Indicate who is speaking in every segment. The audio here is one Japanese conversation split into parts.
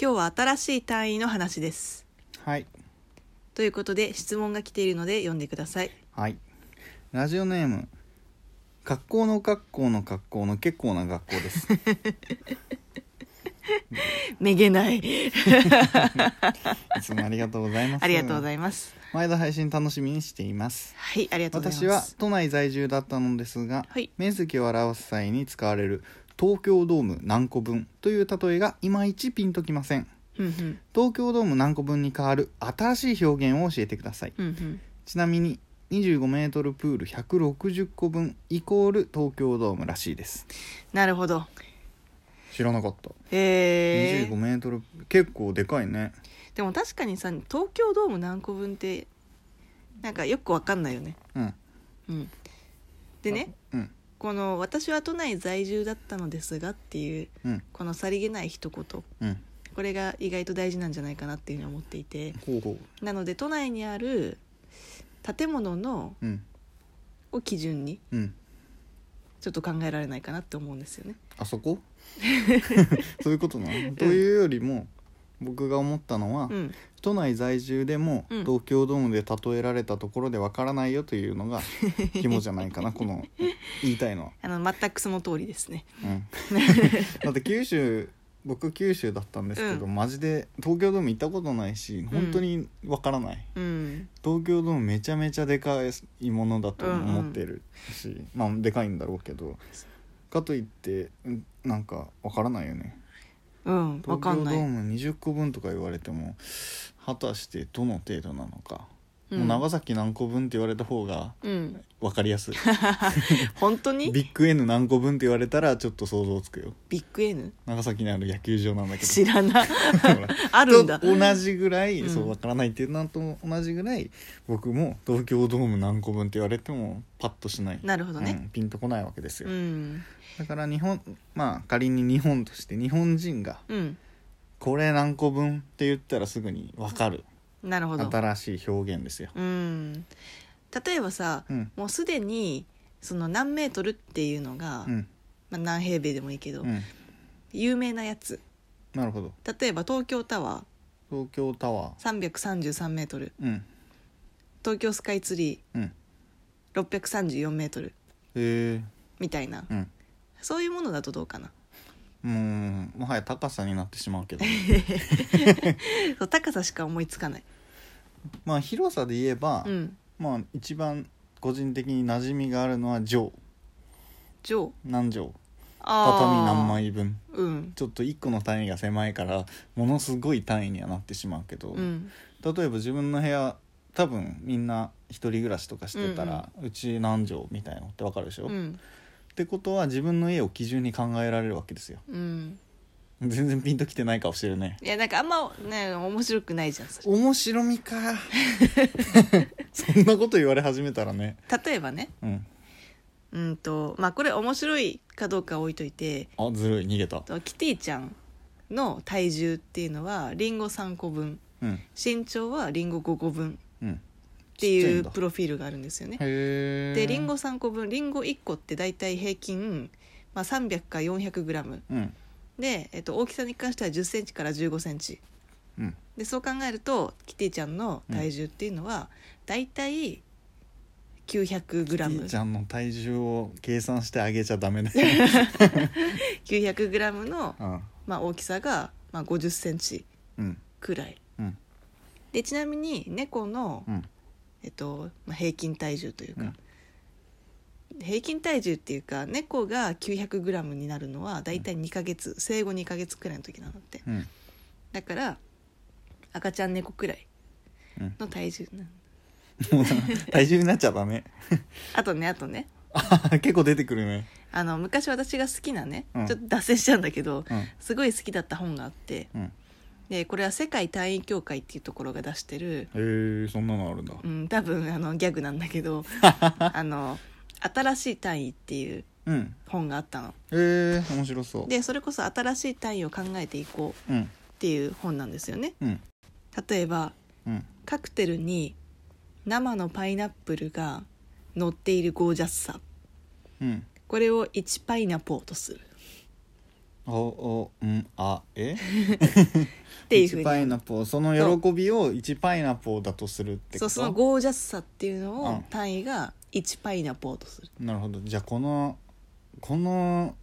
Speaker 1: 今日は新しい単位の話です
Speaker 2: はい
Speaker 1: ということで質問が来ているので読んでください
Speaker 2: はいラジオネーム学校の学校の学校の結構な学校です
Speaker 1: めげ ない
Speaker 2: いつもありがとうございます
Speaker 1: ありがとうござ
Speaker 2: い
Speaker 1: います
Speaker 2: ます毎度配信楽しみにしています
Speaker 1: はいありがとうござい
Speaker 2: 私
Speaker 1: ま
Speaker 2: は
Speaker 1: す
Speaker 2: 都内在住だったのですが、
Speaker 1: はい
Speaker 2: 面積を表す際に使われる東京ドーム何個分という例えがいまいちピンときません
Speaker 1: うんうん
Speaker 2: 東京ドーム何個分に変わる新しい表現を教えてください
Speaker 1: うんうん
Speaker 2: ちなみに25メートルプール160個分イコール東京ドームらしいです
Speaker 1: なるほど
Speaker 2: 知らなかった
Speaker 1: へえ
Speaker 2: 25メートル結構でかいね
Speaker 1: でも確かにさ東京ドーム何個分ってなんかよくわかんないよね
Speaker 2: うん
Speaker 1: うんでね
Speaker 2: うん
Speaker 1: この「私は都内在住だったのですが」っていう
Speaker 2: うん
Speaker 1: このさりげない一言
Speaker 2: うん
Speaker 1: これが意外と大事なんじゃないかなっていうふうに思っていて
Speaker 2: ほうほ
Speaker 1: なので都内にある建物の
Speaker 2: ううん
Speaker 1: を基準に
Speaker 2: うん
Speaker 1: ちょっと考えられないかなって思うんですよね。
Speaker 2: あ そこそういうことなのというよりも僕が思ったのは、
Speaker 1: うん、
Speaker 2: 都内在住でも
Speaker 1: うん
Speaker 2: 東京ドームで例えられたところでわからないよというのが肝じゃない かなこの言いたいのは、
Speaker 1: あの全くその通りですね。
Speaker 2: うん だって九州僕九州だったんですけど、
Speaker 1: う
Speaker 2: マジで東京ドーム行ったことないし本当にわからない、
Speaker 1: うん、
Speaker 2: 東京ドームめちゃめちゃでかいものだと思ってるし、まあでかいんだろうけどかといってうんなんかわからないよね
Speaker 1: うん、わか
Speaker 2: 東
Speaker 1: ん
Speaker 2: 京ド
Speaker 1: ない。
Speaker 2: ー
Speaker 1: う、
Speaker 2: ム20個分とか言われても果たしてどの程度なのか、もうん長崎何個分って言われた方が
Speaker 1: うん、
Speaker 2: わかりやすい
Speaker 1: 本当に
Speaker 2: ビッグ N 何個分って言われたらちょっと想像つくよ
Speaker 1: ビッグ N
Speaker 2: 長崎にある野球場なんだけど
Speaker 1: 知らな
Speaker 2: ほら
Speaker 1: あるん だ。
Speaker 2: と同じぐらい、
Speaker 1: うん
Speaker 2: そうわからないっていうのと同じぐらい僕も東京ドーム何個分って言われてもパッとしない
Speaker 1: なるほどね
Speaker 2: うんピンとこないわけですよ、
Speaker 1: うん、
Speaker 2: だから日本まあ仮に日本として日本人が
Speaker 1: うん、
Speaker 2: これ何個分って言ったらすぐにわかる
Speaker 1: なるほど。
Speaker 2: 新しい表現ですよ、
Speaker 1: うん、例えばさ、
Speaker 2: うん
Speaker 1: もうすでにその何メートルっていうのが、
Speaker 2: うん
Speaker 1: まあ、何平米でもいいけど、
Speaker 2: うん、
Speaker 1: 有名なやつ
Speaker 2: なるほど
Speaker 1: 例えば東京タワ
Speaker 2: 東京タワ
Speaker 1: ー333メートル
Speaker 2: ーうん
Speaker 1: 東京スカイツリ
Speaker 2: うん
Speaker 1: ー634メートル
Speaker 2: へ
Speaker 1: みたいな
Speaker 2: えうん
Speaker 1: そういうものだとどうかな
Speaker 2: もうもはや高さになってしま うけど
Speaker 1: そう高さしか思いつかない、
Speaker 2: まあ広さで言えば、
Speaker 1: うん、
Speaker 2: まあ一番個人的に馴染みがあるのは上
Speaker 1: 上
Speaker 2: 何畳
Speaker 1: あー
Speaker 2: 畳何枚分
Speaker 1: うん
Speaker 2: ちょっと1個の単位が狭いからものすごい単位にはなってしまうけど、
Speaker 1: うん
Speaker 2: 例えば自分の部屋多分みんな一人暮らしとかしてたら、うち何畳みたいのってわかるでし
Speaker 1: う
Speaker 2: ょ、っ
Speaker 1: ん
Speaker 2: てことは自分の家を基準に考えられるわけですよ
Speaker 1: うん
Speaker 2: 全然ピンときてないかもしれない
Speaker 1: いやなんかあんまね面白くないじゃんそれ
Speaker 2: 面白みか そんなこと言われ始めたらね
Speaker 1: 例えばね
Speaker 2: うん
Speaker 1: うんとまあこれ面白いかどうかは置いといて
Speaker 2: あずるい逃げた
Speaker 1: とキティちゃんの体重っていうのはリンゴ3個分
Speaker 2: うん
Speaker 1: 身長はリンゴ5個分
Speaker 2: うん
Speaker 1: って
Speaker 2: ちっちゃい
Speaker 1: い
Speaker 2: ん
Speaker 1: う
Speaker 2: だ
Speaker 1: プロフィールがあるんですよね。
Speaker 2: へえ
Speaker 1: でリンゴ3個分リンゴ1個って大体平均、まあ、300か 400g
Speaker 2: うん
Speaker 1: で、えっと、大きさに関しては1 0ンチから1 5ンチ
Speaker 2: うん
Speaker 1: でそう考えるとキティちゃんの体重っていうのは大体
Speaker 2: キティち
Speaker 1: 900g900g
Speaker 2: ゃんの体重を計算してあげちゃダ メだよ、
Speaker 1: の、
Speaker 2: うん
Speaker 1: まあ、大きさが、まあ、5 0ンチ
Speaker 2: うん
Speaker 1: くらい
Speaker 2: うん
Speaker 1: でちなみに猫の
Speaker 2: う、ん
Speaker 1: えっとまあ、平均体重というか、
Speaker 2: うん
Speaker 1: 平均体重っていうか猫が 900g になるのは大体2ヶ月、生後2ヶ月くらいの時なのって
Speaker 2: うん
Speaker 1: だから赤ちゃん猫くらい
Speaker 2: うん
Speaker 1: の体重な
Speaker 2: もうな体重になっちゃダメ
Speaker 1: あとねあとね
Speaker 2: 結構出てくるね
Speaker 1: あの昔私が好きなね、
Speaker 2: うん
Speaker 1: ちょっと脱線しちゃうんだけど
Speaker 2: うん
Speaker 1: すごい好きだった本があって
Speaker 2: うん
Speaker 1: でこれは世界単位協会っていうところが出してる、
Speaker 2: へえそんなのあるんだ
Speaker 1: うん、多分あのギャグなんだけ どあの新しい単位っていう
Speaker 2: うん
Speaker 1: 本があったの
Speaker 2: へえ面白そう
Speaker 1: でそれこそ新しい単位を考えていこう
Speaker 2: うん
Speaker 1: っていう本なんですよね
Speaker 2: うん
Speaker 1: 例えば
Speaker 2: うん
Speaker 1: カクテルに生のパイナップルが乗っているゴージャスさ
Speaker 2: うん
Speaker 1: これを1パイナポーとする
Speaker 2: おおうんあ え
Speaker 1: っていうふう
Speaker 2: 1
Speaker 1: に
Speaker 2: パイナポーその喜びを1パイナポーだとするって
Speaker 1: そ
Speaker 2: こ
Speaker 1: うその
Speaker 2: と
Speaker 1: ゴージャスさっていうの
Speaker 2: う
Speaker 1: を
Speaker 2: ん
Speaker 1: 単位が1パイナポーとする、
Speaker 2: なるほどじゃあこのこの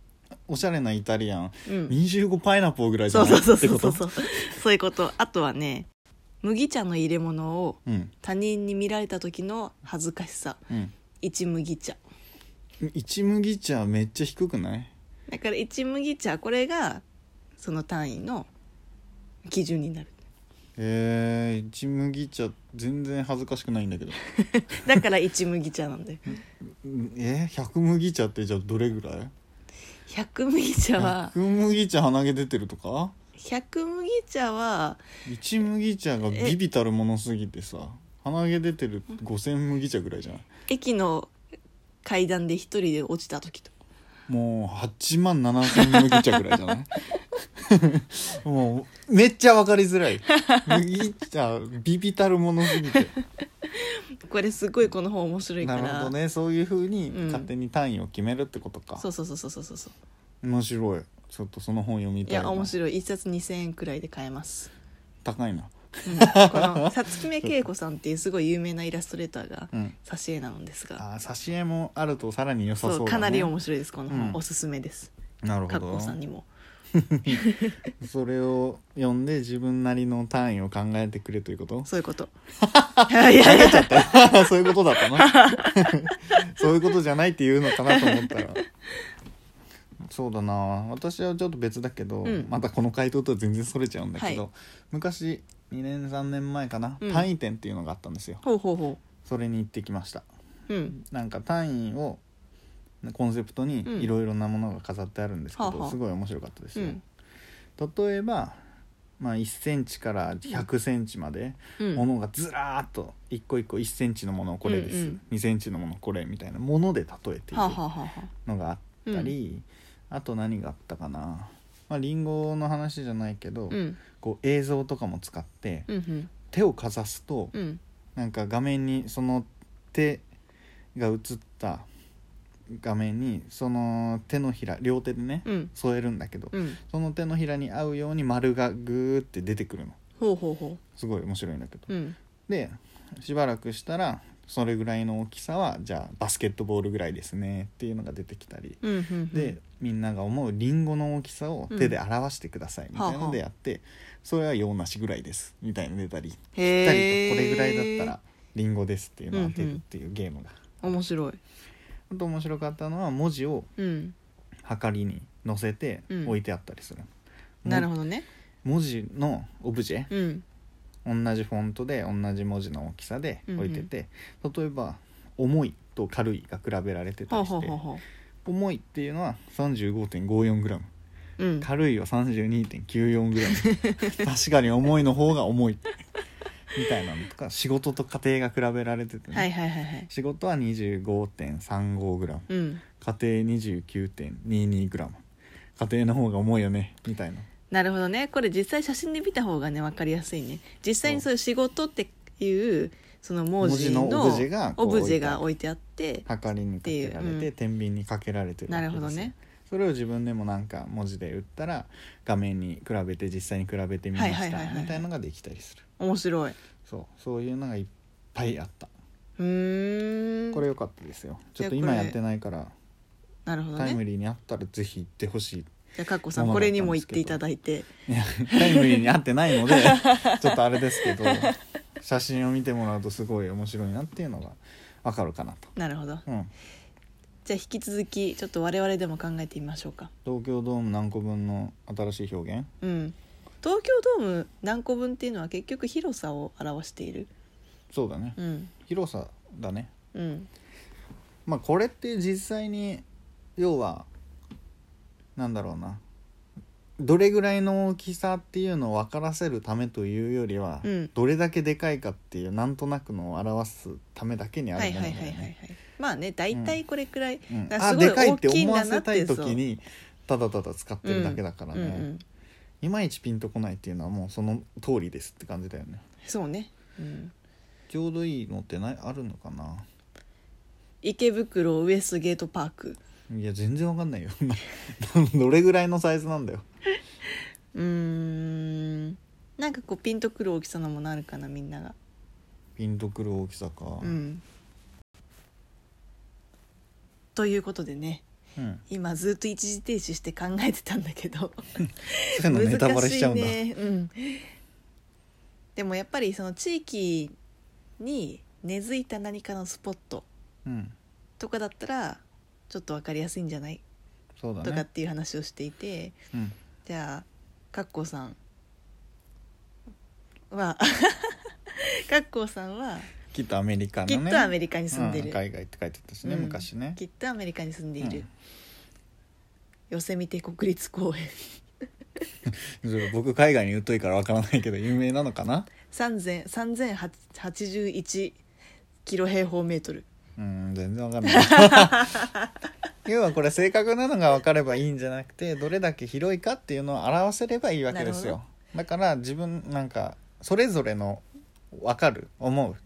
Speaker 2: おしゃれなイタリアン
Speaker 1: うん、
Speaker 2: 25パイナポーぐらいじ
Speaker 1: そ
Speaker 2: ゃ
Speaker 1: う
Speaker 2: ない
Speaker 1: そう
Speaker 2: って
Speaker 1: そ
Speaker 2: こ
Speaker 1: うそうそ
Speaker 2: と
Speaker 1: うそう そういうことあとはね麦茶の入れ物を
Speaker 2: うん
Speaker 1: 他人に見られた時の恥ずかしさ
Speaker 2: うん
Speaker 1: 一麦茶
Speaker 2: 一麦茶めっちゃ低くない
Speaker 1: だから一麦茶これがその単位の基準になる
Speaker 2: えー、一麦茶全然恥ずかしくないんだけど
Speaker 1: だから一麦茶なんだよ
Speaker 2: うんえー、100麦茶ってじゃあどれぐらい
Speaker 1: 百麦茶は
Speaker 2: 100麦茶鼻毛出てるとか
Speaker 1: 百麦茶は
Speaker 2: 一麦茶がビビたるものすぎてさ鼻毛出てる5,000麦茶ぐらいじゃない
Speaker 1: 駅の階段で一人で落ちた時と
Speaker 2: もう8万7千麦茶ぐらいじゃない もうめっちゃ分かりづらい麦茶ビビたるものすぎて
Speaker 1: これすごいこの本面白いか
Speaker 2: な
Speaker 1: ら
Speaker 2: るほどねそういうふうに
Speaker 1: うん
Speaker 2: 勝手に単位を決めるってことか、
Speaker 1: そうそうそうそうそうそう
Speaker 2: 面白いちょっとその本読みた
Speaker 1: い
Speaker 2: いな
Speaker 1: や面白い一冊2000円くらいで買え ます、
Speaker 2: 高いな
Speaker 1: うん、このさつきめけいこさんっていうすごい有名なイラストレーターが
Speaker 2: うん
Speaker 1: 挿絵なのですが、
Speaker 2: あー挿絵もあるとさらに良さ
Speaker 1: そ
Speaker 2: そううだ、ね、
Speaker 1: かなり面白いですこの本、
Speaker 2: うん
Speaker 1: おすすめです
Speaker 2: なる
Speaker 1: か
Speaker 2: ほ
Speaker 1: っこ
Speaker 2: ど
Speaker 1: さんに も
Speaker 2: それを読んで自分なりの単位を考えてくれということ
Speaker 1: そういう こといやいやいや
Speaker 2: そういうこと だったなそういうことじゃないって言うのかなと思った らそうだな私はちょっと別だけど、
Speaker 1: うん
Speaker 2: またこの回答とは全然それちゃうんだけど、
Speaker 1: は
Speaker 2: 昔2年3年前かな、
Speaker 1: うん
Speaker 2: 単位点っていうのがあったんですよ
Speaker 1: ほうほうほ
Speaker 2: それに行ってきました
Speaker 1: ううん
Speaker 2: なんか単位をコンセプトに
Speaker 1: うん
Speaker 2: いろいろなものが飾ってあるんですけど、
Speaker 1: はあはあ
Speaker 2: すごい面白かったです
Speaker 1: う
Speaker 2: よ、
Speaker 1: ん
Speaker 2: 例えば、まあ、1センチから100センチまで
Speaker 1: うん
Speaker 2: ものがずらーっと一個一個1センチのものをこれです、
Speaker 1: うんうん
Speaker 2: 2センチのものこれみたいなもので例えている
Speaker 1: はあ、はあはあはあ
Speaker 2: のがあったり、あと何があったかなまあリンゴの話じゃないけど、
Speaker 1: うん
Speaker 2: こう映像とかも使って
Speaker 1: うんうん
Speaker 2: 手をかざすと、
Speaker 1: うん
Speaker 2: なんか画面にその手が映った画面にその手のひら両手でね、
Speaker 1: うん
Speaker 2: 添えるんだけど、
Speaker 1: うん
Speaker 2: その手のひらに合うように丸がグーって出てくるの
Speaker 1: ほうほうほ
Speaker 2: すごい面白いんだけど、
Speaker 1: ううん
Speaker 2: でしばらくしたらそれぐらいの大きさはじゃあバスケットボールぐらいですねっていうのが出てきたり、
Speaker 1: うんうんうん
Speaker 2: でみんなが思うリンゴの大きさを手で表してくださいみたいなのでやって、それは用なしぐらいですみたいなの出たりぴったり
Speaker 1: へ
Speaker 2: とこれ
Speaker 1: え
Speaker 2: ぐらいだったらリンゴですっていうのを当てるっていうゲームが、
Speaker 1: 面白い
Speaker 2: あと面白かったのは文字を
Speaker 1: うん
Speaker 2: はかりに載せて
Speaker 1: うん
Speaker 2: 置いてあったりする、
Speaker 1: なるほどね
Speaker 2: 文字のオブジェ、
Speaker 1: うん
Speaker 2: 同じフォントで同じ文字の大きさで置いてて、例えば「重い」と「軽い」が比べられてた
Speaker 1: ほう
Speaker 2: りして
Speaker 1: ほうほうほ
Speaker 2: 重いっていうのは 35.54g
Speaker 1: ううん
Speaker 2: 軽いは 32.94g 確かに重いの方が重いみたいなのとか仕事と家庭が比べられててね、
Speaker 1: はいはいはいはい
Speaker 2: 仕事は 25.35g
Speaker 1: うん
Speaker 2: 家庭 29.22g 家庭の方が重いよねみたいな
Speaker 1: なるほどねこれ実際写真で見た方がね分かりやすいね実際にそういう仕事っていうその文字の
Speaker 2: 文字のオブジェがこう
Speaker 1: オブジェが置いてあって
Speaker 2: はかり
Speaker 1: っ
Speaker 2: にかけられ
Speaker 1: て
Speaker 2: て、
Speaker 1: いううん
Speaker 2: 天秤にかけられてるわ
Speaker 1: な
Speaker 2: け
Speaker 1: る
Speaker 2: で
Speaker 1: ほ
Speaker 2: すよ
Speaker 1: どね
Speaker 2: それを自分でもなんか文字で打ったら画面に比べて実際に比べてみま
Speaker 1: は
Speaker 2: し
Speaker 1: いはいはいはい
Speaker 2: た
Speaker 1: はい
Speaker 2: みたいなのができたりする
Speaker 1: 面白い
Speaker 2: そうそういうのがいっぱいあった
Speaker 1: うーん
Speaker 2: これ良かったですよちょっ
Speaker 1: じゃあ
Speaker 2: と今
Speaker 1: これ
Speaker 2: やってないから
Speaker 1: なるほど
Speaker 2: タイム
Speaker 1: ね
Speaker 2: リーにあったらぜひ行ってほしい
Speaker 1: じゃあかっこさん
Speaker 2: まあ
Speaker 1: こ
Speaker 2: まあ
Speaker 1: れにも言っていただいて
Speaker 2: いやタイムリーに合ってないのでちょっとあれですけど写真を見てもらうとすごい面白いなっていうのがわかるかなと、
Speaker 1: なるほど
Speaker 2: うん、
Speaker 1: じゃあ引き続きちょっと我々でも考えてみましょうか
Speaker 2: 東京ドーム何個分の新しい表現
Speaker 1: うん東京ドーム何個分っていうのは結局広さを表している
Speaker 2: そうだね
Speaker 1: うん
Speaker 2: 広さだね
Speaker 1: うん
Speaker 2: まあこれって実際に要はなんだろうなどれぐらいの大きさっていうのを分からせるためというよりは、
Speaker 1: うん
Speaker 2: どれだけでかいかっていうなんとなくのを表すためだけにあ
Speaker 1: は
Speaker 2: る
Speaker 1: い
Speaker 2: も
Speaker 1: は
Speaker 2: のだ
Speaker 1: いはい
Speaker 2: よ
Speaker 1: はいは
Speaker 2: ね。
Speaker 1: いまあね大体これくらい、
Speaker 2: うん
Speaker 1: だから
Speaker 2: あ
Speaker 1: すごい
Speaker 2: でかいって
Speaker 1: 大きいん
Speaker 2: 思
Speaker 1: だ
Speaker 2: わ
Speaker 1: なっ
Speaker 2: せ
Speaker 1: て
Speaker 2: たい時にただただ使ってるだけだからね、
Speaker 1: うんうん
Speaker 2: いまいちピンとこないっていうのはもうその通りですって感じだよね。
Speaker 1: そうね、うん、
Speaker 2: ちょうどいいのってないあるのかな
Speaker 1: 池袋ウエストゲートパーク
Speaker 2: いや全然わかんないよ などれぐらいのサイズなんだよ
Speaker 1: うーんなんかこうピンとくる大きさのものあるかなみんなが
Speaker 2: ピンとくる大きさか
Speaker 1: うんということでね
Speaker 2: うん
Speaker 1: 今ずっと一時停止して考えてたんだけど
Speaker 2: そういうのネタバレしちゃうんだ、
Speaker 1: 難しいねうん、でもやっぱりその地域に根付いた何かのスポット
Speaker 2: うん
Speaker 1: とかだったらちょっと分かりやすいんじゃない
Speaker 2: そうだ
Speaker 1: とかっ
Speaker 2: ね
Speaker 1: ていう話をしていて
Speaker 2: うん
Speaker 1: じゃあかっこさんは かっこさんは
Speaker 2: きっとアメリカの
Speaker 1: きっ
Speaker 2: ね
Speaker 1: とアメリカに住んでる、
Speaker 2: うん海外って書いてたしね、
Speaker 1: うん
Speaker 2: 昔ね
Speaker 1: きっとアメリカに住んでいる、
Speaker 2: うん
Speaker 1: ヨセミテ国立公園
Speaker 2: そう僕海外に疎いからわからないけど有名なのかな
Speaker 1: 3000 3081キロ平方メートル
Speaker 2: うん全然わかんない 要はこれ正確なのが分かればいいんじゃなくてどれだけ広いかっていうのを表せればいいわけです
Speaker 1: なる
Speaker 2: よだから自分なんかそれぞれの分かる思う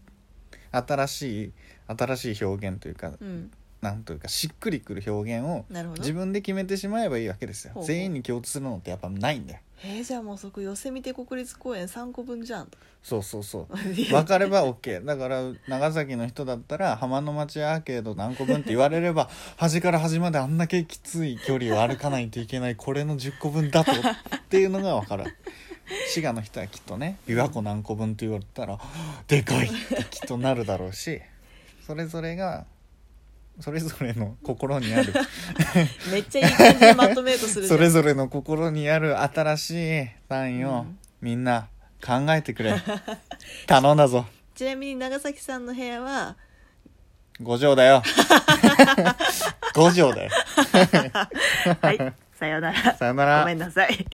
Speaker 2: 新しい新しい表現というか、
Speaker 1: うん
Speaker 2: なんというかしっくりくる表現を
Speaker 1: なるほど
Speaker 2: 自分で決めてしまえばいいわけですよ
Speaker 1: ほうほう
Speaker 2: 全員に共通するのってやっぱないんだよ
Speaker 1: えー、じゃあもうそこヨセミテ国立公園3個分じゃん
Speaker 2: そうそうそう
Speaker 1: いや
Speaker 2: 分かれば OK だから長崎の人だったら浜の町アーケード何個分って言われれば端から端まであんだけきつい距離を歩かないといけないこれの10個分だとっていうのが分かる滋賀の人はきっとね琵琶湖何個分って言われたらでかいってきっとなるだろうしそれぞれがそれぞれの心に ある
Speaker 1: めっちゃいい感じでまとめようとするじゃ
Speaker 2: そ
Speaker 1: ん
Speaker 2: れぞれの心にある新しい単位
Speaker 1: う
Speaker 2: を
Speaker 1: ん
Speaker 2: みんな考えてくれ頼んだぞ
Speaker 1: ちなみに長崎さんの部屋は
Speaker 2: 五条だ よ。五条だよ。
Speaker 1: はいさようなら
Speaker 2: さよなら。
Speaker 1: ごめんなさい